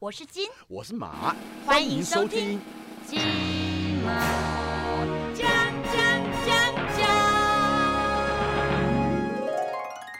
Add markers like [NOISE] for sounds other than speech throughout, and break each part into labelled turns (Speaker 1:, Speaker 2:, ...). Speaker 1: 我是金，
Speaker 2: 我是马，
Speaker 1: 欢迎收听。金马奖奖奖奖。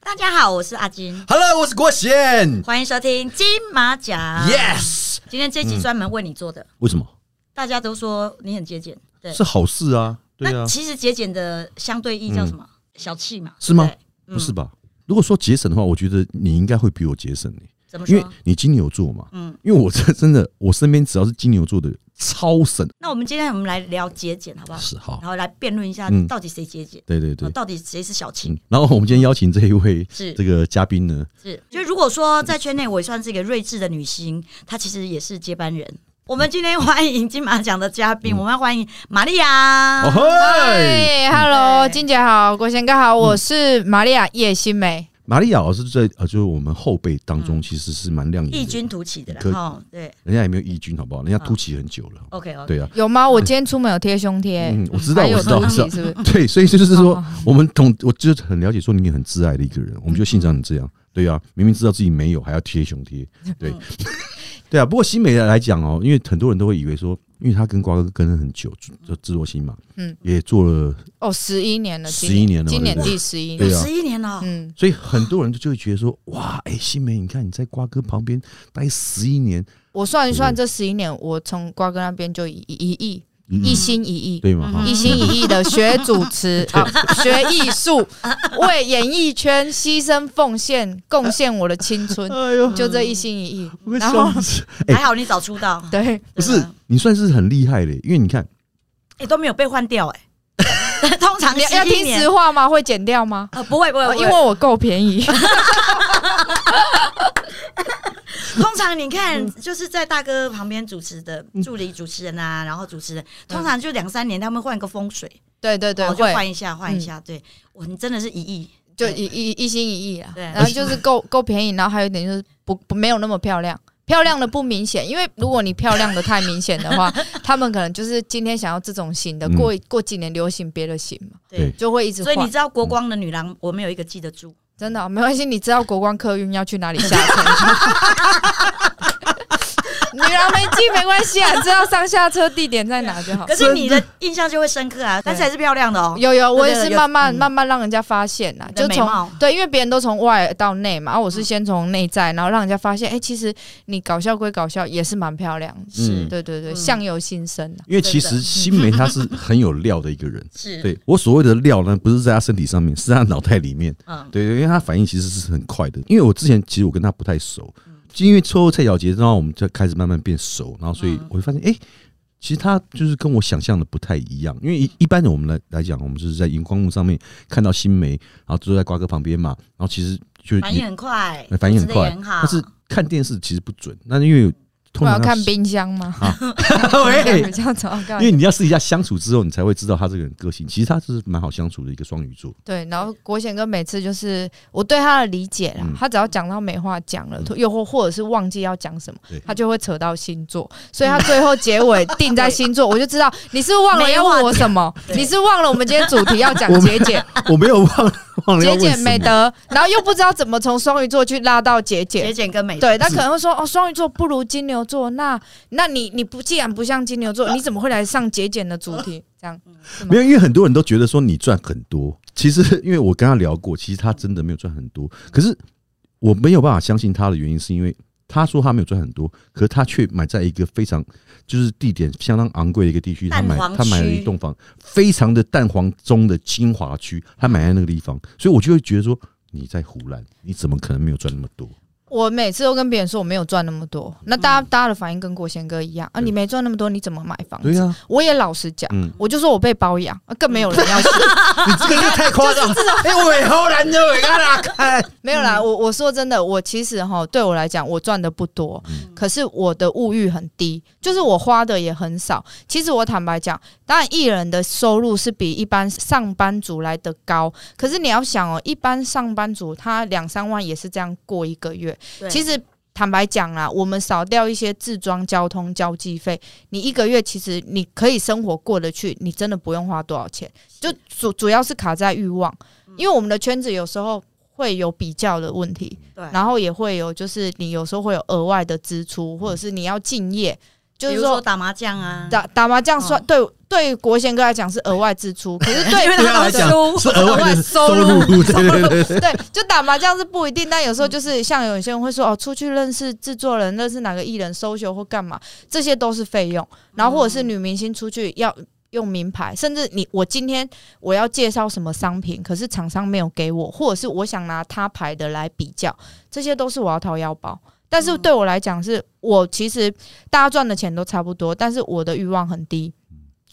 Speaker 1: 大家好，我是阿金，
Speaker 2: Hello，我是郭贤。
Speaker 1: 欢迎收听金马奖。
Speaker 2: Yes，
Speaker 1: 今天这集专门为你做的，
Speaker 2: 为什么？
Speaker 1: 大家都说你很节俭，对，
Speaker 2: 是好事啊，对啊
Speaker 1: 那，其实节俭的相对意叫什么？小气嘛，
Speaker 2: 是吗
Speaker 1: 对嗯
Speaker 2: 不是吧？如果说节省的话，我觉得你应该会比我节省欸
Speaker 1: 怎么
Speaker 2: 因为
Speaker 1: 说？
Speaker 2: 你金牛座嘛。
Speaker 1: 嗯，
Speaker 2: 因为我这真的，我身边只要是金牛座的，超省。
Speaker 1: 那我们今天我们来聊节俭，好不好？
Speaker 2: 是好
Speaker 1: 然，后来辩论一下
Speaker 2: 嗯，
Speaker 1: 到底谁节俭，哦
Speaker 2: 对对对。
Speaker 1: 到底谁是小气？
Speaker 2: 嗯，然后我们今天邀请这一位
Speaker 1: 是
Speaker 2: 这个嘉宾呢，
Speaker 1: 是，就如果说在圈内我也算是一个睿智的女星，她其实也是接班人。我们今天欢迎金马奖的嘉宾，我们要欢迎玛利亚。
Speaker 2: 嗯哦嘿，
Speaker 3: 嗨，Hello，
Speaker 1: 对
Speaker 3: 金姐好，国贤哥好，我是玛利亚叶新梅。
Speaker 2: 玛利亚老师在呃，就是我们后辈当中其实是蛮亮眼的，
Speaker 1: 异嗯军突啊起的啦，
Speaker 2: 可
Speaker 1: 哈，对
Speaker 2: 人家也没有异军，好不好？人家突起很久了，
Speaker 1: ，OK OK，
Speaker 2: 对啊，
Speaker 3: 有吗？我今天出门有贴胸贴，
Speaker 2: 嗯，我知道，
Speaker 3: 还有
Speaker 2: 我知道，我 [LAUGHS]
Speaker 3: 东
Speaker 2: 知
Speaker 3: 西
Speaker 2: 道，
Speaker 3: 是不 [LAUGHS] 是？
Speaker 2: 对，所以就是说
Speaker 3: 好，好
Speaker 2: 我们懂，我就是很了解，说你很自爱的一个人，我们就欣赏你
Speaker 3: 嗯
Speaker 2: 这样。对啊，明明知道自己没有，还要贴胸贴。对， [LAUGHS] 对啊。不过新美来讲哦，因为很多人都会以为说，因为他跟瓜哥跟了很久，就制作新嘛，
Speaker 3: 嗯
Speaker 2: 也做了，
Speaker 3: 哦，十一年了，今
Speaker 2: 11年了
Speaker 3: 今年
Speaker 2: 对不对
Speaker 3: 第十一
Speaker 2: 对
Speaker 3: 年。
Speaker 2: 啊
Speaker 1: 十一年了，
Speaker 3: 嗯，
Speaker 2: 所以很多人就会觉得说，哇，哎、新美，你看你在瓜哥旁边待十一年，
Speaker 3: 我算一算，这十一年我从瓜哥那边就一一亿，
Speaker 2: 嗯
Speaker 3: 一心一意。
Speaker 2: 对吗？哈
Speaker 1: 嗯
Speaker 3: 一心一意的学主
Speaker 2: [LAUGHS]
Speaker 3: 持啊，学艺术，为演艺圈牺牲奉献，贡献我的青春，
Speaker 2: 哎呦，
Speaker 3: 就这一心一意
Speaker 2: 我。被
Speaker 3: 然后啊
Speaker 2: 笑死！哎
Speaker 1: 还好你早出道，
Speaker 3: 对，
Speaker 2: 不
Speaker 1: 对
Speaker 2: 是
Speaker 1: 吧，
Speaker 2: 你算是很厉害的，因为你看，
Speaker 1: 哎都没有被换掉，哎， [LAUGHS] 通常
Speaker 3: 你要要
Speaker 1: 11
Speaker 3: 听
Speaker 1: 年
Speaker 3: 实话吗？会剪掉吗？
Speaker 1: 呃不会不会，
Speaker 3: 哦
Speaker 1: 不会
Speaker 3: 因为我够便宜。
Speaker 1: 通常你看
Speaker 3: 嗯
Speaker 1: 就是在大哥旁边主持的助理主持人啊，然后主持人通常就两三年他们换个风水，
Speaker 3: 对嗯对对，
Speaker 1: 哦就
Speaker 3: 会嗯
Speaker 1: 换一下换一下，对，哇你真的是一亿，
Speaker 3: 就一一一心一意啊。
Speaker 1: 对
Speaker 3: 然后就是够够便宜，然后还有一点就是不不没有那么漂亮。漂亮的不明显，因为如果你漂亮的太明显的话，他们可能就是今天想要这种型的，
Speaker 2: 嗯
Speaker 3: 过过几年流行别的型嘛，
Speaker 1: 对
Speaker 2: 对。
Speaker 3: 就会一直
Speaker 1: 所以你
Speaker 3: 换。
Speaker 1: 知道
Speaker 2: 嗯
Speaker 1: 国光的女郎，我没有一个记得住。
Speaker 3: 真的、哦没关系，你知道国光客运要去哪里下 [LAUGHS] 车？女郎没记没关系啊，知道上下车地点在哪就好
Speaker 1: 可。是你的印象就会深刻啊，但是还是漂亮的哦。
Speaker 3: 有有，我也
Speaker 1: 对
Speaker 3: 是
Speaker 1: 对有
Speaker 3: 慢
Speaker 1: 嗯
Speaker 3: 慢慢慢让人家发现啦，
Speaker 1: 你
Speaker 3: 就
Speaker 1: 的美
Speaker 3: 从
Speaker 1: 貌，
Speaker 3: 对，因为别人都从外到内嘛，啊，我是
Speaker 2: 嗯
Speaker 3: 先从内在，然后让人家发现，哎、其实你搞笑归搞笑，也是蛮漂亮的。
Speaker 2: 嗯，
Speaker 3: 对对对，
Speaker 1: 嗯
Speaker 3: 相由心生啊。
Speaker 2: 因为其
Speaker 1: 真
Speaker 2: 实新梅她是很有料的一个人。
Speaker 1: 是，
Speaker 2: 对我所谓的料呢，不是在她身体上面，是在她脑袋里面。 [LAUGHS]
Speaker 1: 嗯，
Speaker 2: 对对，因为她反应其实是很快的。因为我之前其实我跟她不太熟，就因为抽后蔡小杰，然后我们就开始慢慢变熟，然后所以
Speaker 1: 嗯
Speaker 2: 我就发现，哎、其实她就是跟我想象的不太一样。因为一一般的我们来来讲，我们就是在荧光幕上面看到新梅，然后坐在瓜哥旁边嘛，然后其实就
Speaker 1: 反应很快，
Speaker 2: 反应很
Speaker 1: 主持得也
Speaker 2: 快
Speaker 1: 很好。
Speaker 2: 但是看电视其实不准。那因为
Speaker 3: 我
Speaker 2: 通
Speaker 3: 要
Speaker 2: 常
Speaker 3: 看冰箱吗？ [LAUGHS]
Speaker 2: [LAUGHS] 喂
Speaker 3: 比较早看
Speaker 2: 因。为你要私底下相处之后，你才会知道他这个人个性。其实他是蛮好相处的一个双鱼座，
Speaker 3: 对，然后国贤哥每次就是我对他的理解啦，
Speaker 2: 嗯
Speaker 3: 他只要讲到没话讲了，又或或者是忘记要讲什么
Speaker 2: 对，嗯
Speaker 3: 他就会扯到星座，所以他最后结尾定在星座，我就知道你是不是忘了要问我什么，
Speaker 1: 对
Speaker 3: 你是不是忘了我们今天主题要讲
Speaker 2: 我们
Speaker 3: 节俭，
Speaker 2: [LAUGHS] 我没有忘忘哦了要问
Speaker 3: 节俭
Speaker 2: 什么
Speaker 3: 美德，然后又不知道怎么从双鱼座去拉到节俭
Speaker 1: 节，俭跟美，
Speaker 3: 对，他可能会说哦，双鱼座不如金牛座，那那你你不既然不像金牛座，
Speaker 2: 嗯
Speaker 3: 你怎么会来上节俭的主题？这样是吗
Speaker 2: 没？有，因为很多人都觉得说你赚很多，其实因为我跟他聊过，其实他真的没有赚很多。可是我没有办法相信他的原因，是因为他说他没有赚很多，可是他却买在一个非常就是地点相当昂贵的一个地区，他
Speaker 1: 蛋
Speaker 2: 买
Speaker 1: 黄
Speaker 2: 他买了
Speaker 1: 区
Speaker 2: 一栋房，非常的蛋黄中的精华区，他买在那个地方，所以我就会觉得说你在胡乱，你怎么可能没有赚那么多？
Speaker 3: 我每次都跟别人说我没有赚那么多，
Speaker 2: 嗯
Speaker 3: 那大家、大家的反应跟国贤哥一样啊，
Speaker 2: 对
Speaker 3: 你没赚那么多，你怎么买房
Speaker 2: 嗯对
Speaker 3: 子？
Speaker 2: 啊，
Speaker 3: 我也老实讲，
Speaker 2: [LAUGHS] 嗯。
Speaker 3: 我就说我被包养，啊、更没有人要信。
Speaker 2: 你这个就太夸张了！哎、我也好 [LAUGHS] 难就给他打开。
Speaker 3: 没有啦，我我说真的，我其实哈，对我来讲，我赚的不多，可是我的物欲很低，就是我花的也很少。其实我坦白讲，当然艺人的收入是比一般上班族来的高，可是你要想哦，一般上班族他两三万也是这样过一个月。
Speaker 1: 对
Speaker 3: 其实坦白讲啦，我们少掉一些自装、交通、交际费，你一个月其实你可以生活过得去，你
Speaker 1: 嗯
Speaker 3: 真的不用花多少钱。就主主要是卡在欲望，因为我们的圈子有时候会有比较的问题，
Speaker 1: 对，
Speaker 3: 然后也会有就是你有时候会有额外的支出，或者是你要敬业，
Speaker 1: 嗯
Speaker 3: 就
Speaker 1: 比
Speaker 3: 是
Speaker 1: 如说
Speaker 3: 说
Speaker 1: 打麻将啊，
Speaker 3: 打打麻将算、
Speaker 1: 嗯
Speaker 3: 对对国贤哥来讲是额外支出，可是
Speaker 1: [LAUGHS]
Speaker 3: 对
Speaker 1: 因为
Speaker 2: 对他
Speaker 1: 他
Speaker 2: 来讲
Speaker 1: 输，
Speaker 2: 是额外的收入，
Speaker 3: 嗯
Speaker 2: [LAUGHS] 对对对对，
Speaker 3: 对，就打麻将是不一定，但有时候就是像有些人会说哦，出去认识制作人，认识哪个艺人、收球或干嘛，这些都是费用。然后或者是女明星出去要用名牌，甚至你我今天我要介绍什么商品，可是厂商没有给我，或者是我想拿他牌的来比较，这些都是我要掏腰包。但是对我来讲是，我其实大家赚的钱都差不多，但是我的欲望很低，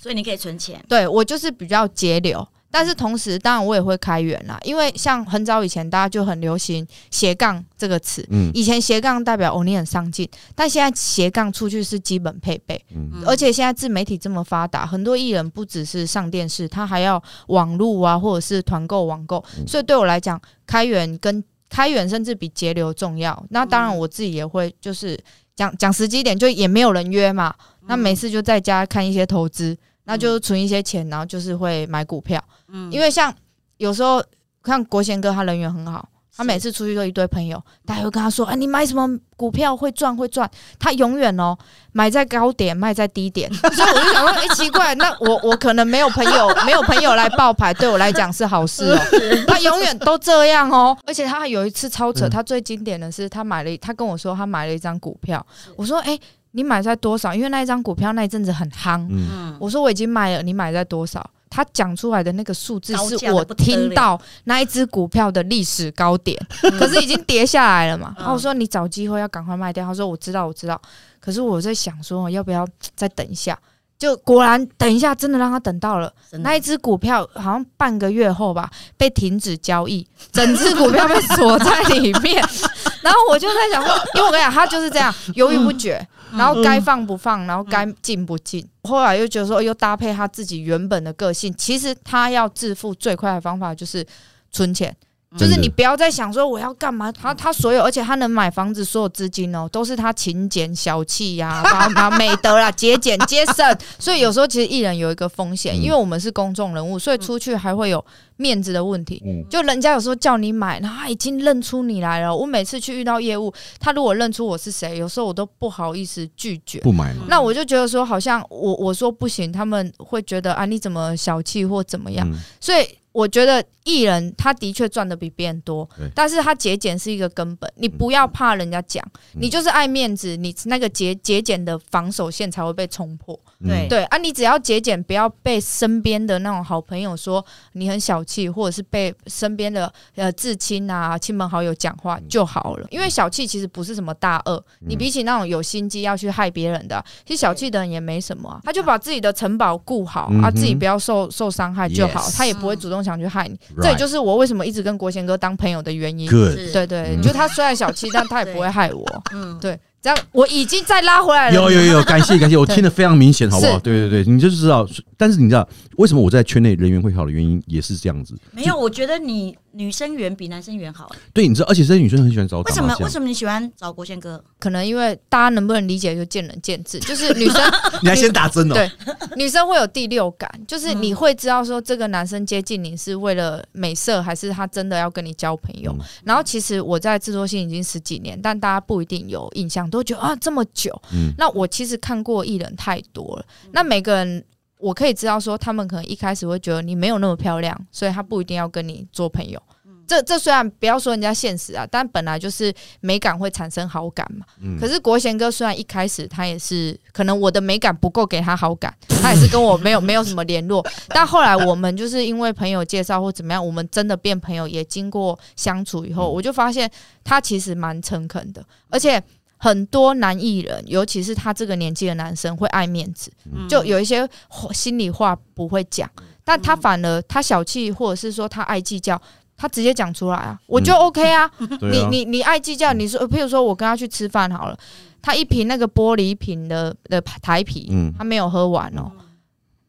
Speaker 1: 所以你可以存钱，
Speaker 3: 对我就是比较节流，但
Speaker 2: 嗯
Speaker 3: 是同时当然我也会开源啦，因为像很早以前大家就很流行斜杠这个词。
Speaker 2: 嗯
Speaker 3: 以前斜杠代表哦你很上进，但现在斜杠出去是基本配备，
Speaker 2: 嗯，
Speaker 3: 而且现在自媒体这么发达，很多艺人不只是上电视，他还要网络啊，或者是团购网购，
Speaker 2: 嗯
Speaker 3: 所以对我来讲，开源跟开源甚至比节流重要。那
Speaker 2: 嗯
Speaker 3: 当然我自己也会就是讲讲实际一点，就也没有人约嘛，那每次就在家看一些投资，那就存一些钱，然后就是会买股票。
Speaker 1: 嗯
Speaker 3: 因为像有时候看国贤哥，他人缘很好，他每次出去都一堆朋友，大家会跟他说：“啊，你买什么股票会赚会赚。”他永远哦买在高点，卖在低点，所以我就想说：“哎、奇怪，那我我可能没有朋友，没有朋友来爆牌，对我来讲是好事哦。”他永远都这样哦，而且他还有一次超扯，
Speaker 2: 嗯
Speaker 3: 他最经典的是他买了一，他跟我说他买了一张股票，我说：“哎、你买在多少？因为那一张股票那一阵子很夯，
Speaker 2: 嗯
Speaker 1: 嗯
Speaker 3: 我说我已经买了，你买在多少？他讲出来的那个数字
Speaker 1: 高价
Speaker 3: 是
Speaker 1: 得
Speaker 3: 我
Speaker 1: 不得
Speaker 3: 听到那一只股票的历史高点，可是已经跌下来了嘛。
Speaker 1: 嗯
Speaker 3: 然后我说你找机会要赶快卖掉。他说我知道，我知道。可是我在想说要不要再等一下？就果然等一下，真的让他等到了。
Speaker 1: 真的
Speaker 3: 那一只股票好像半个月后吧，被停止交易，整只股票被锁在里面。 [LAUGHS] 然后我就在想说，因为我跟你讲，他就是这样犹豫不决，然后该放不放，然后该进不进。后来又觉得说，哦又搭配他自己原本的个性，其实他要致富最快的方法就是存钱。就是你不要再想说我要干嘛，他他所有，而且他能买房子所有资金哦，都是他勤俭小气呀、把把美德啦、节俭节省，所以有时候其实艺人有一个风险，
Speaker 2: 嗯
Speaker 3: 因为我们是公众人物，所以出去还会有面子的问题。
Speaker 2: 嗯
Speaker 3: 就人家有时候叫你买，然后他已经认出你来了。我每次去遇到业务，他如果认出我是谁，有时候我都不好意思拒绝。
Speaker 2: 不买嘛，
Speaker 3: 那我就觉得说，好像我我说不行，他们会觉得啊你怎么小气或怎么样。
Speaker 2: 嗯
Speaker 3: 所以我觉得艺人他的确赚的比别人多
Speaker 2: 对，
Speaker 3: 但是他节俭是一个根本，你不要怕人家讲，
Speaker 2: 嗯
Speaker 3: 你就是爱面子，你那个节节俭的防守线才会被冲破。
Speaker 1: 对
Speaker 2: 嗯
Speaker 3: 对啊，你只要节俭，不要被身边的那种好朋友说你很小气，或者是被身边的呃至亲啊、亲朋好友讲话
Speaker 2: 嗯
Speaker 3: 就好了。因为小气其实不是什么大恶，你比起那种有心机要去害别人的啊，其实小气的人也没什么、啊，他就把自己的城堡顾好、
Speaker 2: 嗯
Speaker 3: 啊，
Speaker 2: 哼
Speaker 3: 自己不要受受伤害就好
Speaker 2: Yes
Speaker 3: 他也不会主动想去害你。
Speaker 2: Right
Speaker 3: 这也就是我为什么一直跟国贤哥当朋友的原因。
Speaker 2: ，good，
Speaker 1: 是
Speaker 3: 对对，
Speaker 2: 嗯
Speaker 3: 就他虽然小气，但他也不会
Speaker 2: [LAUGHS]
Speaker 3: 害我。
Speaker 1: 嗯
Speaker 3: 对，这样我已经再拉回来了。
Speaker 2: 有有
Speaker 3: [LAUGHS]
Speaker 2: 有，感谢感谢，我
Speaker 3: 对
Speaker 2: 听得非常明显，好不好？
Speaker 3: 是
Speaker 2: 对对对，你就知道，但是你知道为什么我在圈内人缘会好的原因也是这样子，
Speaker 1: 没有，我觉得你女生缘比男生缘好。欸
Speaker 2: 对，你知道，而且这些女生很喜欢找我
Speaker 1: 为
Speaker 2: 打
Speaker 1: 什
Speaker 2: 麻
Speaker 1: 么？
Speaker 2: 将
Speaker 1: 为，什么你喜欢找国宪哥？
Speaker 3: 可能因为大家能不能理解就见仁见
Speaker 2: [LAUGHS]
Speaker 3: 智，就是女生
Speaker 2: 你还先打针哦，
Speaker 3: 对女生会有第六感，就是
Speaker 2: 嗯
Speaker 3: 你会知道说这个男生接近你是为了美色，还是他真的要跟你交朋友。
Speaker 2: 嗯
Speaker 3: 然后其实我在制作性已经十几年，但大家不一定有印象，都觉得啊这么久。
Speaker 2: 嗯
Speaker 3: 那我其实看过艺人太多了，那每个人。我可以知道说，他们可能一开始会觉得你没有那么漂亮，所以他不一定要跟你做朋友。
Speaker 2: 嗯
Speaker 3: 这这虽然不要说人家现实啊，但本来就是美感会产生好感嘛。
Speaker 2: 嗯
Speaker 3: 可是国贤哥虽然一开始他也是，可能我的美感不够给他好感， [LAUGHS] 他也是跟我没有没有什么联络。 [LAUGHS] 但后来我们就是因为朋友介绍或怎么样，我们真的变朋友，也经过相处以后，
Speaker 2: 嗯
Speaker 3: 我就发现他其实蛮诚恳的，而且。很多男艺人，尤其是他这个年纪的男生，会爱面子，
Speaker 2: 嗯
Speaker 1: 嗯
Speaker 3: 就有一些话心里话不会讲，但他
Speaker 2: 嗯
Speaker 3: 反而他小气，或者是说他爱计较，他直接讲出来啊，我
Speaker 2: 嗯
Speaker 3: 就 OK 啊，
Speaker 2: 对
Speaker 3: 你
Speaker 2: 啊
Speaker 3: 你你爱计较，你说，呃譬如说我跟他去吃饭好了，他一瓶那个玻璃瓶的的台啤，
Speaker 2: 嗯
Speaker 3: 他没有喝完哦，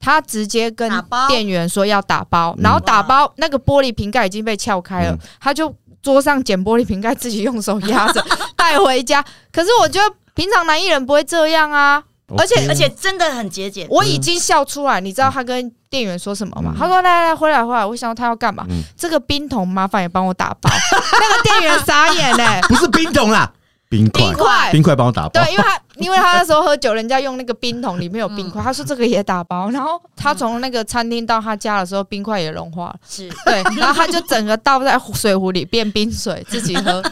Speaker 3: 他直接跟
Speaker 1: 打包
Speaker 3: 店员说要打包，
Speaker 2: 嗯
Speaker 3: 然后打包那个玻璃瓶盖已经被撬开了
Speaker 2: 嗯，
Speaker 3: 他就桌上捡玻璃
Speaker 2: [LAUGHS]
Speaker 3: 瓶盖自己用手压着带回家。可是我觉得平常男艺人不会这样啊。
Speaker 2: OK
Speaker 3: 而且
Speaker 1: 而且真的很节俭。
Speaker 3: 我已经笑出来，你知道他跟店员说什么吗？
Speaker 2: 嗯
Speaker 3: 他说：“来来，回来回来。”我想说他要干嘛？
Speaker 2: 嗯
Speaker 3: 这个冰桶麻烦也帮我打包。那个店员傻眼嘞、
Speaker 2: 不是冰桶啦，冰块
Speaker 3: 冰，块。
Speaker 2: 冰块帮我打包
Speaker 1: 哦
Speaker 3: 对，。因为他因为他那时候喝酒，人家用那个冰桶里面有冰
Speaker 1: 嗯
Speaker 3: 块，他说这个也打包。然后他从那个餐厅到他家的时候，冰块也
Speaker 1: [LAUGHS]
Speaker 3: 融化了。
Speaker 1: 是
Speaker 3: 对，然后他就整个倒在水壶里变冰水自己
Speaker 1: [LAUGHS]
Speaker 3: 喝。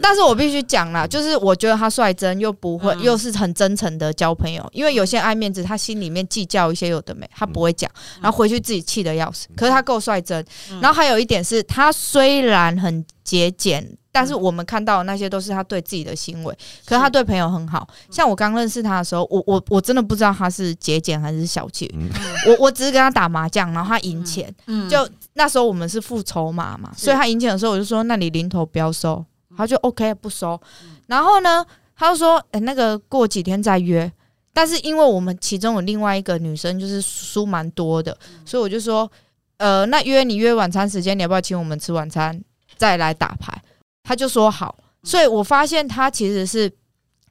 Speaker 3: 但是我必须讲啦，就是我觉得他率真又不会，
Speaker 1: 嗯
Speaker 3: 又是很真诚的交朋友。因为有些爱面子，他心里面计较一些有的没，
Speaker 1: 嗯
Speaker 3: 他不会讲，然后回去自己气得要死。可是他够率真，
Speaker 1: 嗯
Speaker 3: 然后还有一点是他虽然很节俭。但
Speaker 1: 嗯
Speaker 3: 是我们看到的那些都是他对自己的行为，可是他对朋友很好。像我刚认识他的时候，我我我真的不知道他是节俭还是小气。
Speaker 2: 嗯
Speaker 3: 我我只是跟他打麻将，然后他赢钱，
Speaker 1: 嗯
Speaker 3: 就那时候我们是付筹码嘛，
Speaker 1: 是
Speaker 3: 所以他赢钱的时候我就说，那你零头不要收，他就 OK 不收。然后呢，他就说，哎、那个过几天再约。但是因为我们其中有另外一个女生就是输蛮多的，所以我就说，呃，那约你约晚餐时间，你要不要请我们吃晚餐再来打牌？他就说好。所以我发现他其实是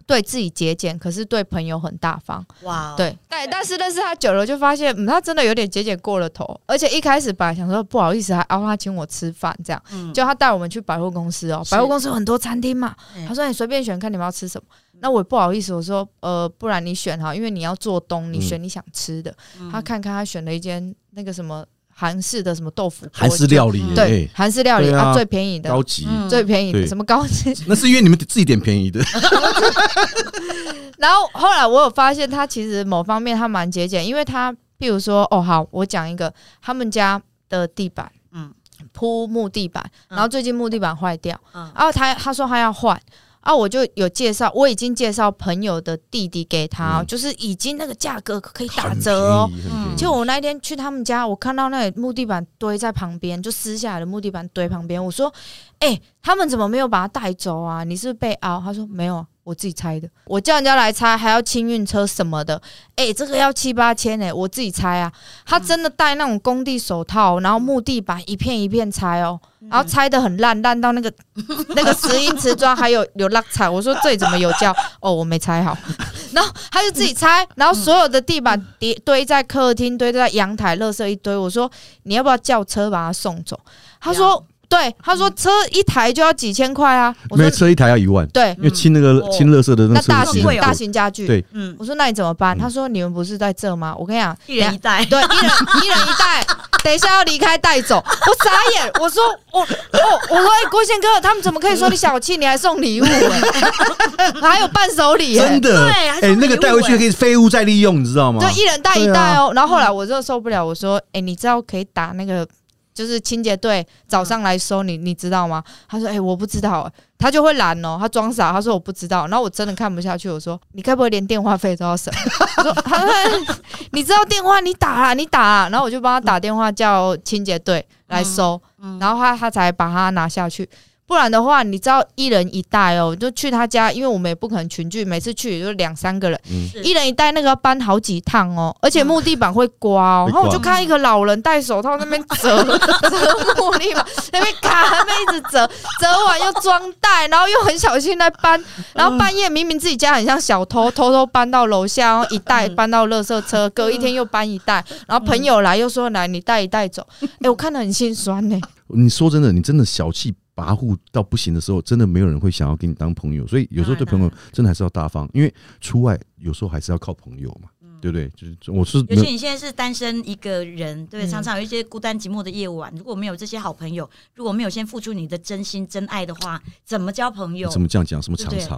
Speaker 3: 对自己节俭，可是对朋友很大方。
Speaker 1: 哇，，哦
Speaker 3: 对，但但是认识他久了，就发现，嗯，他真的有点节俭过了头。而且一开始本来想说不好意思，还要他请我吃饭这样，
Speaker 1: 嗯
Speaker 3: 就他带我们去百货公司哦，
Speaker 1: 是
Speaker 3: 百货公司有很多餐厅嘛
Speaker 1: 嗯，
Speaker 3: 他说你随便选，看你们要吃什么。那我也不好意思，我说呃，不然你选哈，因为你要做东，你
Speaker 1: 嗯
Speaker 3: 选你想吃的。他看看他选了一间那个什么韩式的什么豆腐锅，
Speaker 2: 韩式料理
Speaker 1: 嗯，
Speaker 3: 对
Speaker 2: 哎，
Speaker 3: 韩式料理
Speaker 2: 对啊
Speaker 3: 啊，最便宜的，
Speaker 2: 高级，
Speaker 1: 嗯
Speaker 3: 最便宜的
Speaker 2: 对
Speaker 3: 什么高级 [LAUGHS]
Speaker 2: 那是因为你们自己点便宜的，
Speaker 3: 然后后来我有发现，他其实某方面他蛮节俭，因为他譬如说，哦，好，我讲一个，他们家的地板，
Speaker 1: 嗯
Speaker 3: 嗯，铺木地板，
Speaker 1: 嗯
Speaker 3: 然后最近木地板坏掉，
Speaker 1: 嗯
Speaker 3: 然后他他说他要换。啊，我就有介绍，我已经介绍朋友的弟弟给他哦，
Speaker 2: 嗯
Speaker 3: 就是已经那个价格可以打
Speaker 2: 很
Speaker 3: 折哦。
Speaker 2: 便宜很便宜
Speaker 1: 嗯
Speaker 3: 就我那一天去他们家，我看到那里木地板堆在旁边，就撕下来的木地板堆旁边。我说：“哎、他们怎么没有把它带走啊？你是不是被凹？”他说：“没有啊，我自己拆的。我叫人家来拆，还要清运车什么的。 [LAUGHS] 哎、这个要七八千哎、我自己拆啊。他真的戴那种工地手套，然后木地板一片一片拆哦，然
Speaker 1: 嗯
Speaker 3: 后拆的很烂，烂到那个那个石英瓷砖还有有落彩。我说这里怎么有胶？哦，我没拆好。然后他就自己拆，然后所有的地板叠堆在客厅，堆在阳台，垃圾一堆。我说你要不要叫车把他送走？他说对，他说车一台就要几千块啊。我
Speaker 2: 每
Speaker 3: 说
Speaker 2: 车一台要一万，
Speaker 3: 对
Speaker 2: 因，为清那个
Speaker 1: 哦
Speaker 2: 清垃圾的
Speaker 3: 那
Speaker 2: 那车
Speaker 3: 大
Speaker 2: 子其
Speaker 3: 型
Speaker 2: 实很
Speaker 1: 贵
Speaker 2: 贵
Speaker 1: 哦
Speaker 3: 大型家具。
Speaker 2: 对
Speaker 1: 嗯，
Speaker 3: 我说那你怎么办？
Speaker 2: 嗯
Speaker 3: 他说你们不是在这吗？我跟你讲，
Speaker 1: 一人一袋，
Speaker 3: 对，一人一人一袋，等一下要离开带走。我傻眼，我说我我我说、欸、郭宪哥，他们怎么可以说你小气？你还送礼物、欸，还有伴手礼、欸
Speaker 2: 真。的，
Speaker 1: 对还送
Speaker 2: 哎，那个
Speaker 1: 礼物
Speaker 2: 带回去
Speaker 1: 哎
Speaker 2: 可以废物再利用，你知道吗
Speaker 3: 就？一人带一袋哦、然后后来我真的受不了，我说：“哎、你知道可以打那个，就是清洁队早上来收你，你知道吗？”他说：“哎、我不知道、他就会懒哦、他装傻，他说我不知道。然后我真的看不下去，我说：“你该不会连电话费都要省？” [LAUGHS] 我说：“他说你知道电话，你打啊，你打啊。”然后我就帮他打电话叫清洁队来收，
Speaker 1: 嗯
Speaker 3: 然后他他才把它拿下去。不然的话，你知道一人一袋哦、就去他家，因为我们也不可能群聚，每次去也就两三个人。
Speaker 2: 嗯
Speaker 1: 是
Speaker 3: 一人一袋那个要搬好几趟哦，而且
Speaker 1: 嗯
Speaker 3: 木地板会刮哦。
Speaker 2: 会
Speaker 3: 然
Speaker 2: 刮
Speaker 3: 后我就看一个老人戴手套那边 [LAUGHS] 折折木地板，那边卡那边一直折，折完又装袋，然后又很小心在搬，然后半夜明明自己家很像小偷，偷偷搬到楼下，然后一袋
Speaker 1: 嗯
Speaker 3: 搬到垃圾车，隔一天又搬一袋，然后朋友来又说来你带一袋走， [LAUGHS] 哎，我看得很心酸呢。
Speaker 2: 你说真的，你真的小气跋扈到不行的时候，真的没有人会想要跟你当朋友。所以有时候对朋友真的还是要大方，因为出外有时候还是要靠朋友嘛，
Speaker 3: 嗯
Speaker 2: 对不对？就是我是
Speaker 1: 尤
Speaker 2: 没
Speaker 1: 其
Speaker 2: 有，
Speaker 1: 你现在是单身一个人，对，
Speaker 3: 嗯
Speaker 1: 常常有一些孤单寂寞的夜晚。如果没有这些好朋友，如果没有先付出你的真心真爱的话，怎么交朋友？
Speaker 2: 怎么这样讲？什么常常
Speaker 1: 对
Speaker 2: 是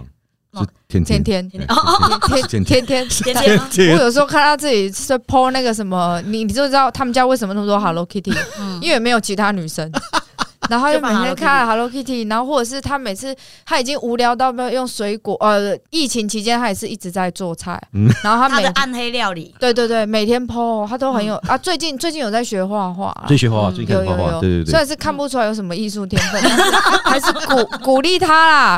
Speaker 2: 天
Speaker 3: 天
Speaker 2: 天对 [LAUGHS]
Speaker 3: 天天
Speaker 2: 天
Speaker 3: 天天天
Speaker 1: 天天吗
Speaker 2: 天
Speaker 3: 我有时候看到自己在 PO 那个什么，你你就知道他们家为什么那么多 Hello Kitty，、
Speaker 1: 嗯
Speaker 3: [LAUGHS] 因为没有其他
Speaker 2: [LAUGHS]
Speaker 3: 女生。然后他就
Speaker 1: 就
Speaker 3: 每
Speaker 1: 放 Hello
Speaker 3: 天看 Hello Kitty，然后或者是他每次他已经无聊到没有用水果，呃，疫情期间他也是一直在做菜，
Speaker 2: 嗯
Speaker 3: 然后他
Speaker 1: 他
Speaker 3: 每
Speaker 1: 的暗黑料理，
Speaker 3: 对对对每天 PO 他都很有、啊，最近最近有在学画画啦，
Speaker 2: 嗯最学画画，
Speaker 1: 嗯
Speaker 2: 最开
Speaker 3: 有
Speaker 2: 始
Speaker 3: 有
Speaker 2: 画画，
Speaker 3: 哦有，
Speaker 2: 对对嗯
Speaker 3: 虽
Speaker 2: 对。
Speaker 3: 然是看不出来有什么艺术天
Speaker 2: [LAUGHS]
Speaker 3: 分，但是还是鼓鼓励他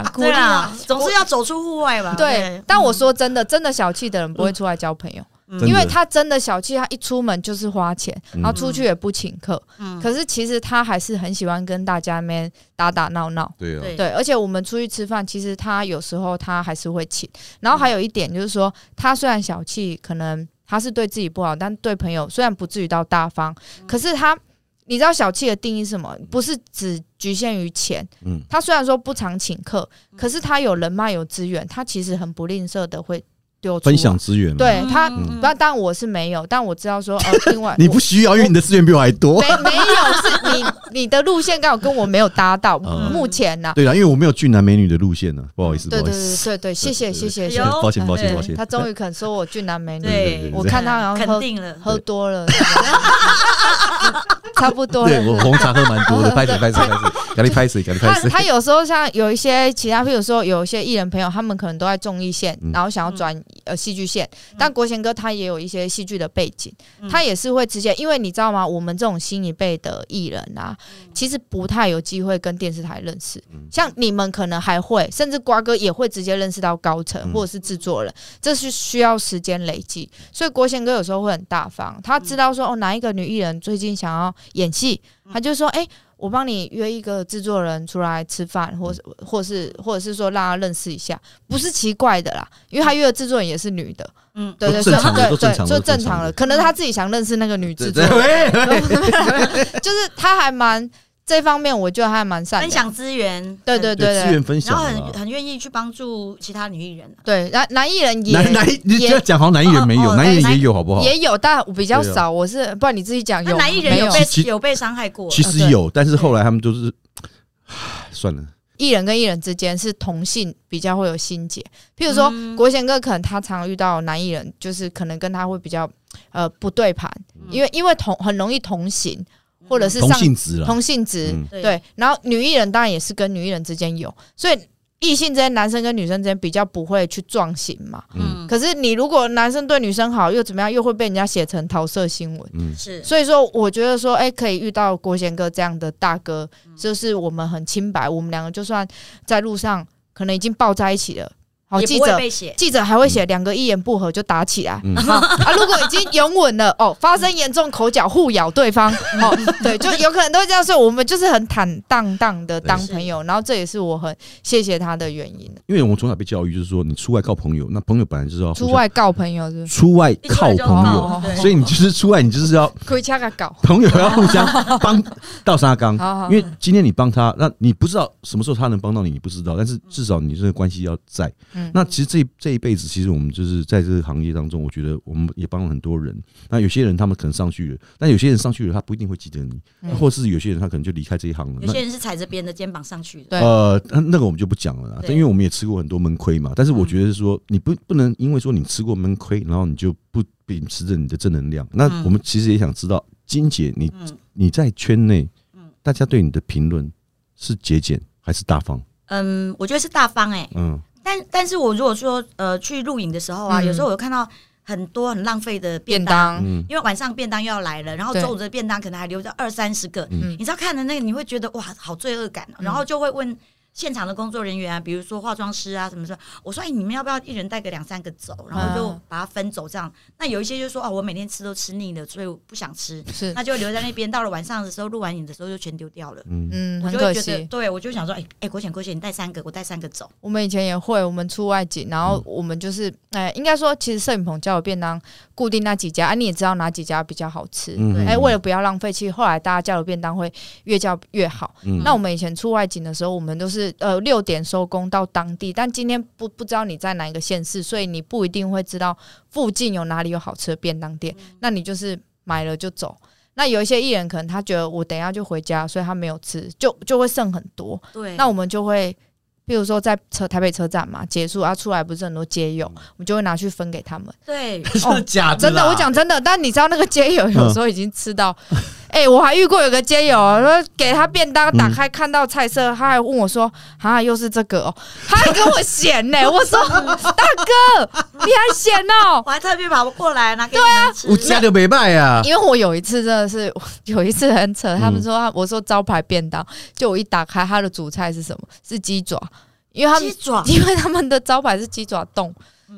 Speaker 3: 啦，鼓
Speaker 1: 对啊
Speaker 3: 励啊他
Speaker 1: 啦，总是要走出户外吧。嗯
Speaker 3: 对，但我说真的，真的小气的人不会出来交朋友。
Speaker 2: 真
Speaker 3: 因
Speaker 2: 的
Speaker 3: 为他真的小气，他一出门就是花钱，
Speaker 2: 嗯
Speaker 3: 然后出去也不请客。
Speaker 1: 嗯，
Speaker 3: 可是其实他还是很喜欢跟大家面打打闹闹。
Speaker 2: 对啊，
Speaker 1: 对
Speaker 3: 对，而且我们出去吃饭，其实他有时候他还是会请。然后还有一点就是说，他虽然小气，可能他是对自己不好，但对朋友虽然不至于到大方，可是他，你知道小气的定义是什么？不是只局限于钱。
Speaker 2: 嗯，
Speaker 3: 他虽然说不常请客，可是他有人脉有资源，他其实很不吝啬的会丢出来
Speaker 2: 分享资源嘛，
Speaker 3: 对他
Speaker 2: 嗯
Speaker 3: 那但我是没有，但我知道说，
Speaker 2: [LAUGHS]
Speaker 3: 呃，另外
Speaker 2: 你不需要，因为你的资源比我还多
Speaker 3: 没。没有，是你你的路线刚好跟我没有搭到，
Speaker 2: 嗯
Speaker 3: 目前呢、
Speaker 2: 对啊，因为我没有俊男美女的路线呢，不好意思，不
Speaker 3: 对
Speaker 2: 好
Speaker 3: 对
Speaker 2: 意思，
Speaker 3: 对对对，谢谢
Speaker 2: 对
Speaker 3: 谢
Speaker 2: 对
Speaker 3: 谢
Speaker 1: 对
Speaker 3: 谢
Speaker 1: 哎
Speaker 3: 谢
Speaker 1: 呦，
Speaker 2: [LAUGHS] 抱歉抱歉
Speaker 1: 对
Speaker 2: 抱歉，
Speaker 3: 他终于肯说我俊男美女，
Speaker 2: 对
Speaker 1: 对，
Speaker 2: 我
Speaker 3: 看他好像喝
Speaker 1: 肯定了，
Speaker 3: 喝
Speaker 2: [LAUGHS]
Speaker 3: 多了，差不多
Speaker 2: 对我
Speaker 3: 了。
Speaker 2: 红茶喝蛮多
Speaker 3: [LAUGHS]
Speaker 2: 的，拍谁拍谁拍谁，赶紧拍谁赶紧
Speaker 3: 他
Speaker 2: 拍谁。
Speaker 3: 他有时候像有一些其他，譬如说有一些艺人朋友，他们可能都在综艺线，
Speaker 2: 嗯
Speaker 3: 然后想要转呃戏剧线，但国贤哥他也有一些戏剧的背景。
Speaker 1: 嗯
Speaker 3: 他也是会直接，因为你知道吗？我们这种新一辈的艺人啊，其实不太有机会跟电视台认识。像你们可能还会，甚至瓜哥也会直接认识到高层
Speaker 2: 嗯
Speaker 3: 或者是制作人，这是需要时间累积。所以国贤哥有时候会很大方，他知道说哦，哪一个女艺人最近想要演戏，他就说哎。我帮你约一个制作人出来吃饭，或是或是或者是说让他认识一下，不是奇怪的啦，因为他约的制作人也是女的，
Speaker 1: 嗯，
Speaker 3: 对对，
Speaker 2: 都正常的
Speaker 3: 对
Speaker 2: 都正常的
Speaker 3: 对，就
Speaker 2: 都正
Speaker 3: 正
Speaker 2: 常
Speaker 3: 常
Speaker 2: 的
Speaker 3: 了。可能他自己想认识那个女制
Speaker 2: 对
Speaker 3: 作
Speaker 2: 对，
Speaker 3: 人，
Speaker 2: 喂喂
Speaker 3: [LAUGHS] 就是他还蛮这方面，我觉得他还蛮善
Speaker 1: 分
Speaker 3: 良。
Speaker 1: 享资源，
Speaker 3: 对对
Speaker 2: 对 [LAUGHS] 资
Speaker 3: 对
Speaker 2: 源分
Speaker 1: 然
Speaker 2: 享
Speaker 1: 后
Speaker 2: 啊
Speaker 1: 很。很愿意去帮助其他女艺人啊，
Speaker 3: 对，男男艺人也
Speaker 2: 男男，你
Speaker 3: 也哎
Speaker 2: 这样讲好像男艺人没
Speaker 1: 哦
Speaker 2: 有，
Speaker 1: 哦
Speaker 2: 男艺人
Speaker 1: 男
Speaker 2: 也有好不好？
Speaker 3: 也有，但我比较
Speaker 2: 对啊
Speaker 3: 少。我是不然你自己讲
Speaker 1: 那
Speaker 3: 有
Speaker 1: 男艺人
Speaker 3: 没
Speaker 1: 有
Speaker 3: 有
Speaker 2: 其
Speaker 1: 被
Speaker 2: 实
Speaker 1: 有被伤害过，
Speaker 2: 其实
Speaker 3: 哦对
Speaker 2: 有，但是后来他们都是，唉算了，
Speaker 3: 艺人跟艺人之间是同性比较会有心结，譬如说、
Speaker 1: 嗯
Speaker 3: 国贤哥可能他常遇到男艺人，就是可能跟他会比较呃不对盘，
Speaker 1: 嗯
Speaker 3: 因为因为同很容易同行或者是
Speaker 2: 同
Speaker 3: 上
Speaker 2: 性质了，
Speaker 3: 同性质，
Speaker 2: 嗯
Speaker 3: 对，然后女艺人当然也是跟女艺人之间有，所以异性之间、男生跟女生之间比较不会去撞型嘛。
Speaker 2: 嗯
Speaker 3: 可是你如果男生对女生好又怎么样，又会被人家写成桃色新闻。
Speaker 2: 嗯，
Speaker 1: 是
Speaker 3: 所以说，我觉得说，哎、可以遇到郭贤哥这样的大哥，就是我们很清白，我们两个就算在路上可能已经抱在一起了，好
Speaker 1: 也
Speaker 3: 记
Speaker 1: 不会
Speaker 3: 者。
Speaker 1: 被写，
Speaker 3: 记者还会写两个一言不合就打起来，
Speaker 2: 嗯
Speaker 3: 好啊！如果已经拥吻了，哦，发生严重口角互咬对方，哦，对，就有可能都会这样，所以我们就是很坦荡荡的当朋友，然后这也是我很谢谢他的原因。
Speaker 2: 因为我们从小被教育就是说，你出外靠朋友，那朋友本来就是要互相
Speaker 3: 出外告朋友是不是
Speaker 2: 出外
Speaker 1: 一出
Speaker 2: 靠
Speaker 1: 来就
Speaker 2: 朋友，哦
Speaker 1: 闹对
Speaker 2: 所以你就是出外，你就是要
Speaker 3: 可以掐个搞，
Speaker 2: 朋友要互相帮到沙缸。
Speaker 3: 好
Speaker 1: 啊
Speaker 3: 好，
Speaker 2: 因为今天你帮他，那你不知道什么时候他能帮到你，你不知道，但是至少你这个关系要在。
Speaker 3: 嗯
Speaker 2: 那其实这一这一辈子，其实我们就是在这个行业当中，我觉得我们也帮了很多人。那有些人他们可能上去了，但有些人上去了，他不一定会记得你，
Speaker 3: 嗯
Speaker 2: 或是有些人他可能就离开这一行了。
Speaker 1: 有
Speaker 2: 那
Speaker 1: 些人是踩着别人的肩膀上去的，
Speaker 3: 对
Speaker 2: 呃，那那个我们就不讲了啦，
Speaker 1: 对
Speaker 2: 但因为我们也吃过很多闷亏嘛。但是我觉得是说，你不不能因为说你吃过闷亏，然后你就不秉持着你的正能量。那
Speaker 1: 嗯
Speaker 2: 我们其实也想知道，金姐，你
Speaker 1: 嗯
Speaker 2: 你在圈内
Speaker 1: 嗯，
Speaker 2: 大家对你的评论是节俭还是大方？
Speaker 1: 嗯，我觉得是大方哎，
Speaker 2: 嗯，
Speaker 1: 但但是我如果说呃去录影的时候啊，
Speaker 3: 嗯
Speaker 1: 有时候我有看到很多很浪费的便
Speaker 3: 便
Speaker 1: 当，
Speaker 3: 当，
Speaker 2: 嗯，
Speaker 1: 因为晚上便当又要来了，然后
Speaker 3: 对
Speaker 1: 中午的便当可能还留着二三十个，
Speaker 3: 嗯
Speaker 1: 你知道看的那个你会觉得哇好罪恶感哦，
Speaker 3: 嗯
Speaker 1: 然后就会问。现场的工作人员啊，比如说化妆师啊，什么说，我说，哎，你们要不要一人带个两三个走，然后就
Speaker 3: 啊
Speaker 1: 把它分走这样。那有一些就说，哦，我每天吃都吃腻了，所以我不想吃，
Speaker 3: 是，
Speaker 1: 那就留在那边。到了晚上的时候，录完影的时候就全丢掉了。
Speaker 2: 嗯，
Speaker 3: 嗯，
Speaker 1: 我
Speaker 3: 很
Speaker 1: 就
Speaker 3: 可
Speaker 1: 会觉得，
Speaker 3: 惜。
Speaker 1: 对我就想说，哎、哎，国显国显，你带三个，我带三个走。
Speaker 3: 我们以前也会，我们出外景，然后
Speaker 2: 嗯
Speaker 3: 我们就是，哎、应该说，其实摄影棚叫我便当固定那几家，啊，你也知道哪几家比较好吃。
Speaker 2: 嗯
Speaker 1: 对
Speaker 3: 哎、为了不要浪费，其实后来大家叫的便当会越叫越好。
Speaker 2: 嗯
Speaker 3: 那我们以前出外景的时候，我们都是呃六点收工到当地，但今天不不知道你在哪一个县市，所以你不一定会知道附近有哪里有好吃的便当店，那你就是买了就走。那有一些艺人可能他觉得我等一下就回家，所以他没有吃，就就会剩很多。
Speaker 1: 对，
Speaker 3: 那我们就会，比如说在车台北车站嘛结束啊，出来不是很多街友，我们就会拿去分给他 [LAUGHS] 们。
Speaker 1: 对，
Speaker 3: 哦
Speaker 2: 假
Speaker 3: 嗯真的，我讲真的，但你知道那个街友有时候已经吃到，哎、我还遇过有个街友，哦说给他便当，打开看到菜色，他还问我说：“啊，又是这个哦。”他还跟我嫌呢、我说：“大哥，你还嫌哦
Speaker 1: [LAUGHS] 我还特别跑过来拿给你们吃。
Speaker 2: 我家就没卖啊！”
Speaker 3: 因为我有一次真的是有一次很扯，他们说他我说招牌便当，就我一打开 [LAUGHS] 他的主菜是什么？是鸡爪，因为他们
Speaker 1: 鸡爪，
Speaker 3: 因为他们的招牌是鸡爪冻，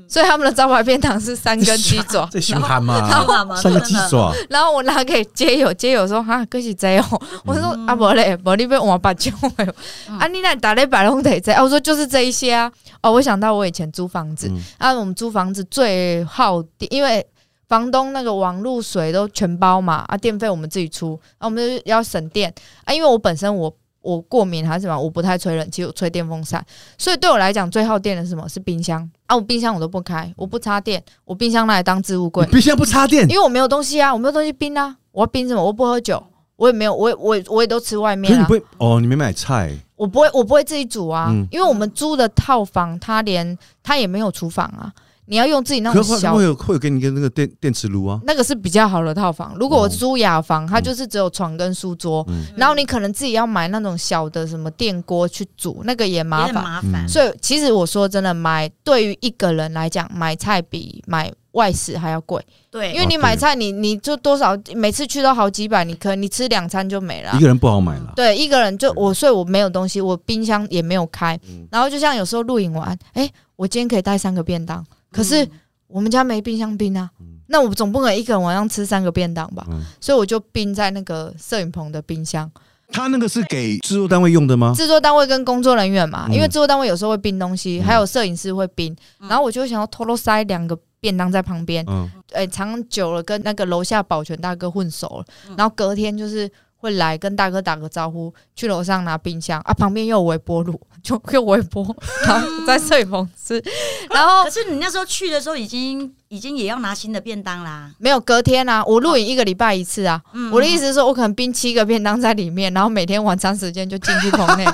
Speaker 3: 所以他们的招牌便当是三根鸡爪。
Speaker 4: 这凶悍嘛，
Speaker 1: 然后
Speaker 4: 三个鸡爪，
Speaker 3: 然后我拿给街友，街友说：“哈，可是这样。”我说：“啊，无嘞，无你要换八九的啊，你那打嘞百弄得这。”啊，我说：“就是这一些啊。”哦，我想到我以前租房子，
Speaker 2: 嗯
Speaker 3: 啊，我们租房子最耗电，因为房东那个网路水都全包嘛，啊，电费我们自己出，啊，我们就是要省电啊，因为我本身我我过敏还是什么，我不太吹冷气，我吹电风扇，所以对我来讲最耗电的是什么？是冰箱啊，我冰箱我都不开，我不插电，我冰箱拿来当置物柜
Speaker 2: 嗯
Speaker 4: 你，冰箱不插 [LAUGHS] 电，
Speaker 3: 因为我没有东西啊，我没有东西冰啊，我要冰什么？我不喝酒，我也没有，我也我也我也都吃外
Speaker 2: 可是
Speaker 3: 面
Speaker 2: 你
Speaker 3: 啊
Speaker 2: 不，会哦，你没买菜，
Speaker 3: 我不会我不会自己煮啊，
Speaker 2: 嗯
Speaker 3: 因为我们租的套房，它连它也没有厨房啊，你要用自己那
Speaker 2: 可
Speaker 3: 种
Speaker 2: 是会
Speaker 3: 小
Speaker 2: 会有会有给你一个那个电电磁炉啊，
Speaker 3: 那个是比较好的套房。如果我租雅房，它
Speaker 2: 哦嗯
Speaker 3: 就是只有床跟书桌，
Speaker 2: 嗯
Speaker 3: 然后你可能自己要买那种小的什么电锅去煮，那个也麻
Speaker 1: 也很
Speaker 3: 烦。
Speaker 1: 麻烦
Speaker 2: 嗯。
Speaker 3: 所以其实我说真的，买对于一个人来讲，买菜比买外食还要贵，
Speaker 1: 对，
Speaker 3: 因为你
Speaker 2: 哦
Speaker 3: 买
Speaker 2: 对
Speaker 3: 菜你你就多少每次去都好几百，你可你吃两餐就没了啊、
Speaker 2: 一个人不好买了，
Speaker 3: 对，一个人就我，所以我没有东西，我冰箱也没有开。
Speaker 2: 嗯
Speaker 3: 然后就像有时候露营完，哎、我今天可以带三个便当，可是
Speaker 1: 嗯
Speaker 3: 我们家没冰箱冰啊，
Speaker 2: 嗯
Speaker 3: 那我总不能一个人晚上吃三个便当吧？
Speaker 2: 嗯，
Speaker 3: 所以我就冰在那个摄影棚的冰箱。
Speaker 2: 他那个是给制作单位用的吗？
Speaker 3: 制作单位跟工作人员嘛，
Speaker 2: 啊嗯
Speaker 3: 因为制作单位有时候会冰东西，
Speaker 2: 嗯
Speaker 3: 还有摄影师会冰，
Speaker 1: 嗯
Speaker 3: 然后我就想要偷偷塞两个便当在旁边，
Speaker 2: 嗯，
Speaker 3: 哎，长久了跟那个楼下保全大哥混熟了，
Speaker 1: 嗯
Speaker 3: 然后隔天就是会来跟大哥打个招呼，去楼上拿冰箱啊，旁边又有微波炉， [LAUGHS] 就又微
Speaker 1: [LAUGHS]
Speaker 3: 波，然后在摄影棚吃，然后
Speaker 1: 可是你那时候去的时候，已经已经也要拿新的便当啦。
Speaker 3: 没有隔天啊，我录影一个礼拜一次啊，
Speaker 1: 嗯
Speaker 3: 我的意思是说，我可能冰七个便当在里面，然后每天晚餐时间就进去棚
Speaker 1: [LAUGHS]
Speaker 3: 内，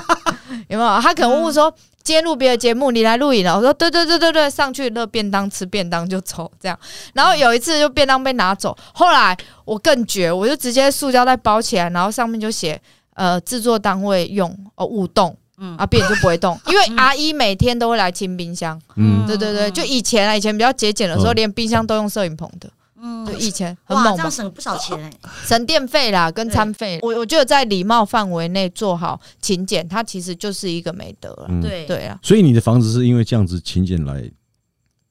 Speaker 3: 有没有？他可能问我说。今天录别的节目，你来录影了。我说对对对对对，上去热便当吃便当就走这样。然后有一次就便当被拿走，后来我更绝，我就直接塑胶袋包起来，然后上面就写呃制作单位用哦勿动，
Speaker 1: 嗯
Speaker 3: 啊便就不
Speaker 1: [LAUGHS]
Speaker 3: 会动，因为阿姨每天都会来清冰箱。
Speaker 2: 嗯
Speaker 3: 对对对，就以前啊，以前比较节俭的时候，
Speaker 2: 嗯
Speaker 3: 连冰箱都用摄影棚的，
Speaker 1: 嗯
Speaker 3: 就以前很嗯
Speaker 1: 哇，这
Speaker 3: 猛吧
Speaker 1: 样。省不少钱哎。
Speaker 3: 省电费啦，跟餐费，我我觉得在礼貌范围内做好勤俭，它其实就是一个美德了。
Speaker 2: 嗯，
Speaker 1: 对，
Speaker 3: 对啊，
Speaker 2: 所以你的房子是因为这样子勤俭来，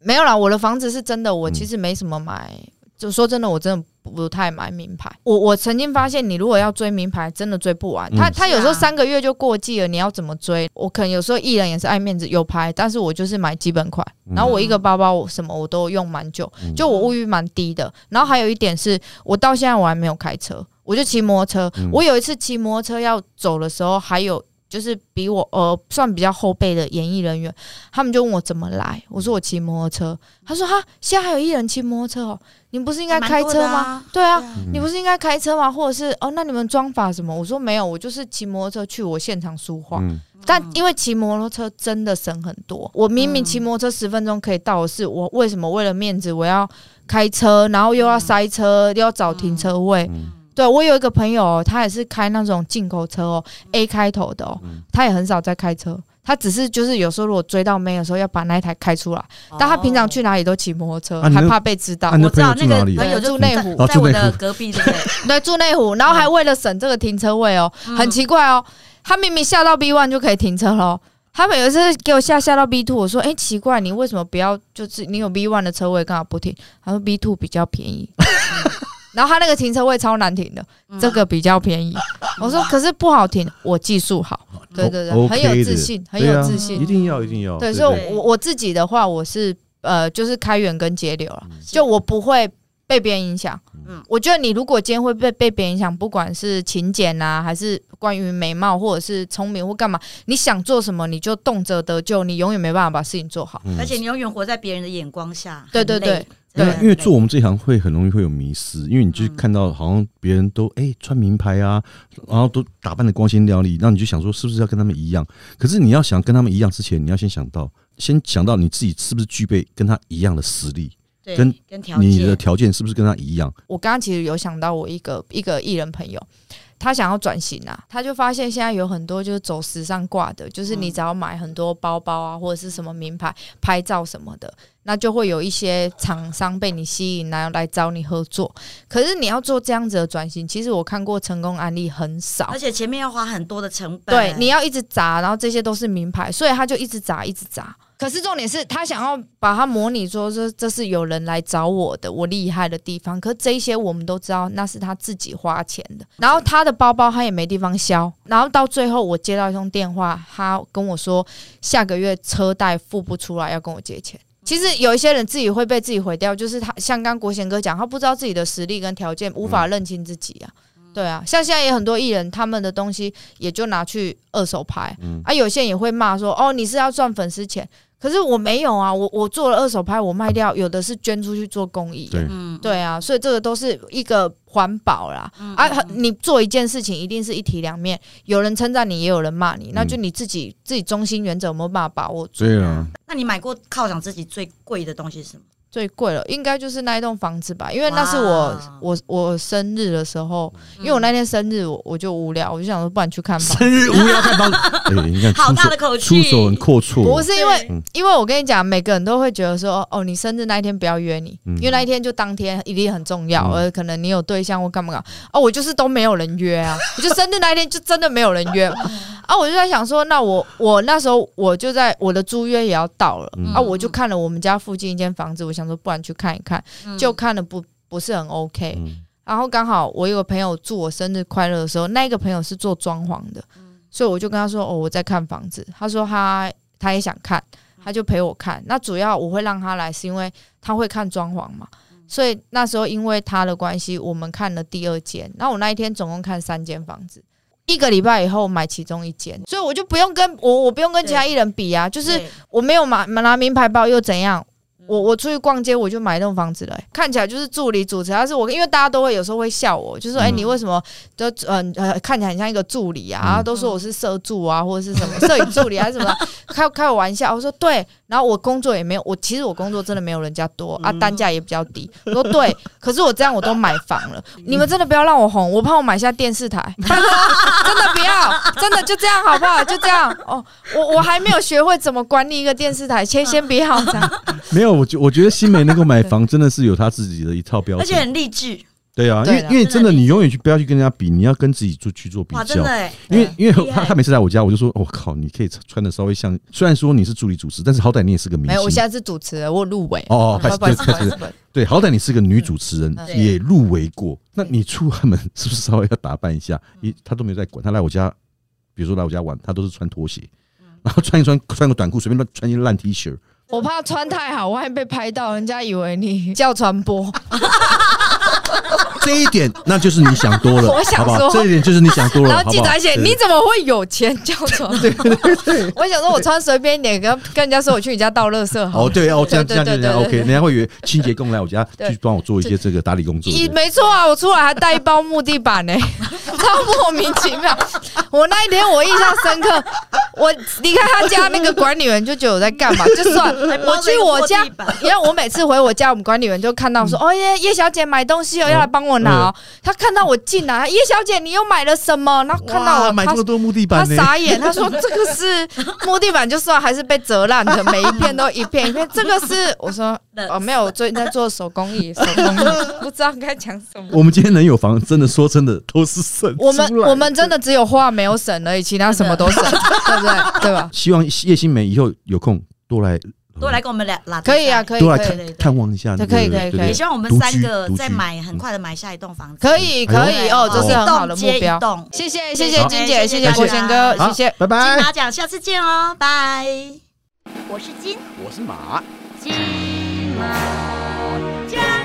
Speaker 3: 没有啦，我的房子是真的，我
Speaker 2: 嗯
Speaker 3: 其实没什么买。就说真的，我真的不不太买名牌。我我曾经发现，你如果要追名牌，真的追不完。
Speaker 2: 嗯
Speaker 3: 他他
Speaker 1: 是啊
Speaker 3: 有时候三个月就过季了，你要怎么追？我可能有时候艺人也是爱面子，有牌，但是我就是买基本款。
Speaker 2: 嗯
Speaker 3: 然后我一个包包我什么我都用蛮久，
Speaker 2: 嗯
Speaker 3: 就我物欲蛮低的。然后还有一点是我到现在我还没有开车，我就骑摩托车
Speaker 2: 嗯。
Speaker 3: 我有一次骑摩托车要走的时候，还有就是比我呃算比较后辈的演艺人员，他们就问我怎么来，我说我骑摩托车。他说哈，现在还有艺人骑摩托车哦，你不是应该开车吗？
Speaker 1: 吗？
Speaker 3: 对啊，
Speaker 1: 对啊
Speaker 3: 你不是应该开车吗？或者是哦，那你们装法什么？我说没有，我就是骑摩托车去，我现场书画。
Speaker 2: 嗯
Speaker 3: 但
Speaker 1: 嗯
Speaker 3: 因为骑摩托车真的省很多，我明明
Speaker 1: 嗯
Speaker 3: 骑摩托车十分钟可以到的是，我为什么为了面子我要开车，然后又要塞车，又要找停车位？
Speaker 2: 嗯
Speaker 3: 对我有一个朋友哦、他也是开那种进口车哦，A 开头的哦，
Speaker 2: 嗯
Speaker 3: 他也很少在开车，他只是就是有时候如果追到妹的时候要把那一台开出来，但他平常去哪里都骑摩托车，
Speaker 2: 哦啊你那
Speaker 3: 还怕被知道
Speaker 2: 啊。你
Speaker 1: 我
Speaker 2: 那
Speaker 1: 知道
Speaker 2: 朋
Speaker 1: 那
Speaker 2: 友住
Speaker 1: 个
Speaker 2: 哪里
Speaker 1: 朋友就
Speaker 3: 住内湖
Speaker 1: 在
Speaker 2: 哦
Speaker 1: 在
Speaker 2: 住
Speaker 1: 我
Speaker 2: 内湖
Speaker 1: 的隔壁，对
Speaker 3: [LAUGHS]
Speaker 1: 不对？
Speaker 3: 对，住内湖，然后还为了省这个停车位哦，
Speaker 1: 嗯
Speaker 3: 很奇怪哦，他明明下到 B one 就可以停车喽。他们有一次给我下下到 B two，我说：“哎、奇怪，你为什么不要？就是你有 B one 的车位，干嘛不停？”他说：“B two 比较
Speaker 2: [LAUGHS]
Speaker 3: 便宜。然后他那个停车位超难停的，
Speaker 1: 嗯
Speaker 3: 这个比较便 [LAUGHS] 宜。我说：“可是不好停，我技术好。”对对对，
Speaker 2: 哦
Speaker 3: 很有
Speaker 2: OK 的
Speaker 3: 自信，很
Speaker 2: 对
Speaker 3: 有
Speaker 2: 啊
Speaker 3: 自信。
Speaker 2: 一定要一定要，
Speaker 3: 哦对，
Speaker 2: 不
Speaker 3: 所以
Speaker 1: 对
Speaker 3: 我我自己的话，我是呃，就是开源跟节流了，
Speaker 2: 嗯
Speaker 3: 就我不会被别人影响。
Speaker 1: 嗯
Speaker 3: 我觉得你如果今天会被被别人影响，不管是勤俭啊，还是关于美貌，或者是聪明或干嘛，你想做什么你就动辄得咎，你永远没办法把事情做好。
Speaker 2: 嗯
Speaker 1: 而且你永远活在别人的眼光下，
Speaker 3: 对
Speaker 1: 很
Speaker 3: 对
Speaker 1: 累
Speaker 3: 对，
Speaker 1: 真的
Speaker 2: 那
Speaker 1: 很
Speaker 2: 因
Speaker 1: 累
Speaker 2: 为做我们这一行会很容易会有迷失，因为你就
Speaker 1: 嗯
Speaker 2: 看到好像别人都哎、穿名牌啊，然后都打扮的光鲜亮丽，那你就想说是不是要跟他们一样？可是你要想跟他们一样之前，你要先想到，先想到你自己是不是具备跟他一样的实力，
Speaker 1: 对
Speaker 2: 跟
Speaker 1: 跟条
Speaker 2: 你的
Speaker 1: 件，
Speaker 2: 条件是不是跟他一样？
Speaker 3: 我刚刚其实有想到我一个一个艺人朋友，他想要转型啊，他就发现现在有很多就是走时尚挂的，就是你
Speaker 1: 嗯
Speaker 3: 只要买很多包包啊，或者是什么名牌拍照什么的，那就会有一些厂商被你吸引，然后来找你合作。可是你要做这样子的转型，其实我看过成功案例很少
Speaker 1: 而。且前面要花很多的成本。欸
Speaker 3: 对，你要一直砸，然后这些都是名牌，所以他就一直砸，一直砸。可是重点是他想要把它模拟说这这是有人来找我的，我厉害的地方。可这一些我们都知道那是他自己花钱的，然后他的包包他也没地方销，然后到最后我接到一通电话，他跟我说下个月车贷付不出来，要跟我借钱。其实有一些人自己会被自己毁掉，就是他像刚国贤哥讲，他不知道自己的实力跟条件，无法认清自己啊。对啊，像现在也很多艺人，他们的东西也就拿去二手拍，
Speaker 2: 嗯
Speaker 3: 啊，有些人也会骂说，哦，你是要赚粉丝钱，可是我没有啊，我我做了二手拍，我卖掉，有的是捐出去做公益、
Speaker 2: 对
Speaker 1: 嗯，
Speaker 3: 对啊，所以这个都是一个环保啦。啊，
Speaker 1: 嗯
Speaker 3: 你做一件事情一定是一体两面，有人称赞你，也有人骂你，那就你自己自己中心原则有没有办法把握住？
Speaker 2: 嗯对啊，
Speaker 1: 那你买过犒赏自己最贵的东西是什么？
Speaker 3: 最贵了，应该就是那一栋房子吧，因为那是我
Speaker 1: 哇
Speaker 3: 我我生日的时候，因为我那天生日我我就无聊，我就想说，不然去看房。
Speaker 2: 生日无聊太棒，哎，你
Speaker 3: [LAUGHS]
Speaker 2: 看
Speaker 1: 好
Speaker 2: 出
Speaker 1: 大
Speaker 2: 手
Speaker 1: 的口
Speaker 2: 出
Speaker 1: 气，
Speaker 2: 手很阔绰，
Speaker 3: 不是因为
Speaker 2: 嗯，
Speaker 3: 因为我跟你讲，每个人都会觉得说，哦，你生日那一天不要约你，
Speaker 2: 嗯
Speaker 3: 因为那一天就当天一定很重要，
Speaker 2: 嗯
Speaker 3: 而可能你有对象或干嘛干嘛。哦，我就是都没有人
Speaker 2: [LAUGHS]
Speaker 3: 约啊，我就生日那一天就真的没有人约。啊，我就在想说，那我我那时候我就在我的租约也要到了，
Speaker 2: 嗯
Speaker 3: 啊，我就看了我们家附近一间房子，我想说，不然去看一看，
Speaker 1: 嗯
Speaker 3: 就看了不不是很 OK，
Speaker 2: 嗯 [LAUGHS]
Speaker 3: 然后刚好我有个朋友祝我生日快乐的时候，那一个朋友是做装潢的，所以我就跟他说：“哦，我在看房子。”他说他他也想看，他就陪我看。那主要我会让他来，是因为他会看装潢嘛。所以那时候因为他的关系，我们看了第二间。那我那一天总共看三间房子，一个礼拜以后买其中一间，所以我就不用跟我我不用跟其他艺人比啊，就是
Speaker 1: 对
Speaker 3: 我没有买拿名牌包又怎样？我我出去逛街，我就买那栋房子了、欸看起来就是助理主持，但是我因为大家都会有时候会笑我，就说：“哎、
Speaker 2: 嗯
Speaker 3: 你为什么就嗯呃看起来很像一个助理啊？”
Speaker 2: 嗯
Speaker 3: 然后都说我是社助啊，或者是什么 [LAUGHS] 摄影助理啊还是什么的，开开我玩笑。我说对，然后我工作也没有，我其实我工作真的没有人家多啊，单价也比较低。我说对，可是我这样我都买房了，你们真的不要让我红，我怕我买下电视 [LAUGHS] 台，拜托真的不要，真的就这样好不好？就这样哦，我我还没有学会怎么管理一个电视台，先先别好 [LAUGHS] 这样。
Speaker 2: 没有，我觉我觉得新美能够买房，真的是有他自己的一套标
Speaker 1: 而且
Speaker 2: 准。
Speaker 1: 很励志，
Speaker 2: 对啊，因为
Speaker 3: 对啦
Speaker 2: 因为真的，你永远去不要去跟人家比，你要跟自己做去做比
Speaker 1: 哇，真
Speaker 2: 较
Speaker 1: 的。哎，
Speaker 2: 因为因
Speaker 1: 很厉
Speaker 2: 为
Speaker 1: 害
Speaker 2: 他他每次来我家，我就说，我、靠，你可以穿的稍微像，虽然说你是助理主持，但是好歹你也是个明
Speaker 3: 没有，我
Speaker 2: 星
Speaker 3: 下。次主持人，我入围。
Speaker 2: 哦，哦
Speaker 3: 不
Speaker 2: 拍
Speaker 3: 好
Speaker 2: 死对
Speaker 3: 意思不
Speaker 2: 拍
Speaker 3: 好意
Speaker 2: 死
Speaker 3: 思不好意思
Speaker 2: [LAUGHS] 对，好歹你是个女主持人，
Speaker 1: 嗯
Speaker 2: 也入围过。那
Speaker 3: 对
Speaker 2: 你出门是不是稍微要打扮一下？一他都没有在管，他来我家，比如说来我家玩，他都是穿拖鞋， [LAUGHS] 然后穿一穿穿个短裤，随便乱穿一件烂 T 恤，
Speaker 3: 我怕穿太好，万一被拍到，人家以为你叫传播。
Speaker 2: 这一点那就是你想多了，
Speaker 3: [LAUGHS] 我想
Speaker 2: 好不好？
Speaker 3: 说
Speaker 2: 这一点就是你想多了，
Speaker 3: [LAUGHS] 然
Speaker 2: 好不好？
Speaker 3: 后记者还写
Speaker 2: 对
Speaker 3: 你怎么会有钱叫
Speaker 2: [LAUGHS]
Speaker 3: 传播？我想说，我穿随便一点，跟跟人家说我去你家倒垃圾好
Speaker 2: 哦，
Speaker 3: 了。
Speaker 2: 对哦，这样这
Speaker 3: 对
Speaker 2: 样
Speaker 3: 对
Speaker 2: 这样
Speaker 3: 对对
Speaker 2: OK，人家会以为清洁工来我家
Speaker 3: 对
Speaker 2: 去帮我做一些这个打理工作。
Speaker 3: 一
Speaker 2: 对不对
Speaker 3: 没错啊，我出来还带一包木地板呢、 [LAUGHS] 超莫名其妙。我那一天我印象深刻，我离开他家那个管理员就觉得我在干
Speaker 1: [LAUGHS]
Speaker 3: 嘛，就算
Speaker 1: 还
Speaker 3: 我
Speaker 1: 包着
Speaker 3: 去
Speaker 1: 一个
Speaker 3: 我家
Speaker 1: 破地板，
Speaker 3: 因为我每次回我家，我们管理员就看到说，哦耶，叶小姐买东西哦，
Speaker 2: 嗯
Speaker 3: 要来帮我拿、哦。他看到我进来，叶小姐你又买了什么？然后看到
Speaker 2: 哇
Speaker 3: 我，
Speaker 2: 买
Speaker 3: 他
Speaker 2: 这么多木地
Speaker 3: 他
Speaker 2: 板呢，
Speaker 3: 傻眼，他说：“ [LAUGHS] 这个是木地板，就算还是被折烂的，每一片都一片一片。这个 [LAUGHS] 是我说哦，没有，我最近在做手工 [LAUGHS] 艺，手工艺不知道该讲什么。
Speaker 2: 我们今天能有房，真的说真的都是省
Speaker 3: 我们
Speaker 2: 出来的
Speaker 3: 我们真的只有画没有省而已，其他什么都省，对不对？对 [LAUGHS] 吧？
Speaker 2: 希望叶新梅以后有空多来
Speaker 1: 多来跟我们
Speaker 2: 嗯
Speaker 1: 聊，拉
Speaker 3: 可以啊，，可以，
Speaker 2: 多来
Speaker 3: 可
Speaker 2: 看
Speaker 3: 以，
Speaker 1: 对对对
Speaker 2: 探望一下那个，
Speaker 3: 可以可以
Speaker 2: 对
Speaker 3: 可以
Speaker 1: 也
Speaker 2: 对
Speaker 1: 希望我们
Speaker 2: 独居
Speaker 1: 三个
Speaker 2: 独居
Speaker 1: 再买，很快的买下一栋房子，
Speaker 3: 可以，
Speaker 2: 哎呦
Speaker 3: 可以哦，这是很好的目
Speaker 1: 一
Speaker 3: 标。
Speaker 1: 栋接一栋
Speaker 3: 谢谢，
Speaker 1: 谢谢
Speaker 3: 谢谢金姐，
Speaker 1: 谢
Speaker 3: 谢
Speaker 1: 谢
Speaker 3: 谢
Speaker 1: 大
Speaker 3: 国
Speaker 1: 家
Speaker 3: 贤哥，
Speaker 2: 好
Speaker 3: 谢谢。
Speaker 2: 拜
Speaker 1: 金
Speaker 2: 拜。
Speaker 1: 马奖，下次见哦，拜。我是金，
Speaker 2: 我是马。
Speaker 1: 金马奖。